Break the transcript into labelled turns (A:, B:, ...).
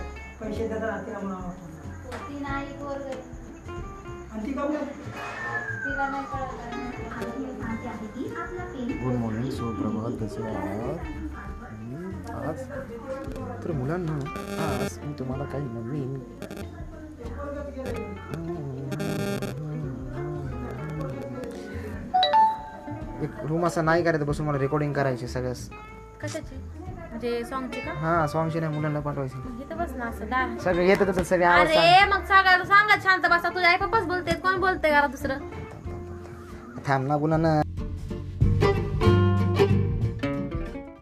A: शेतात राहते का म्हणून आवडतं.
B: ती नाही पोर
A: आणि ती का बोलत?
B: तिला नाही कळलं
C: गुड मॉर्निंग सुप्रभात कसे आहात मी आज तर मुलांना आज मी तुम्हाला काही नवीन एक रूम असा नाही करायचं बसून मला रेकॉर्डिंग करायची सगळ्यास
D: कशाची म्हणजे सॉंगची का
C: हां सॉंगशी नाही मुलांना पाठवायची
D: इथं बस ना असं दहा
C: सगळे येतातच सगळे आवाज
D: अरे मग सगळ्याला सांगा शांत बसा तुझ्या आई पप्पाच बोलते कोण बोलते घरा दुसरं
C: सांग. थांब ना मुलांना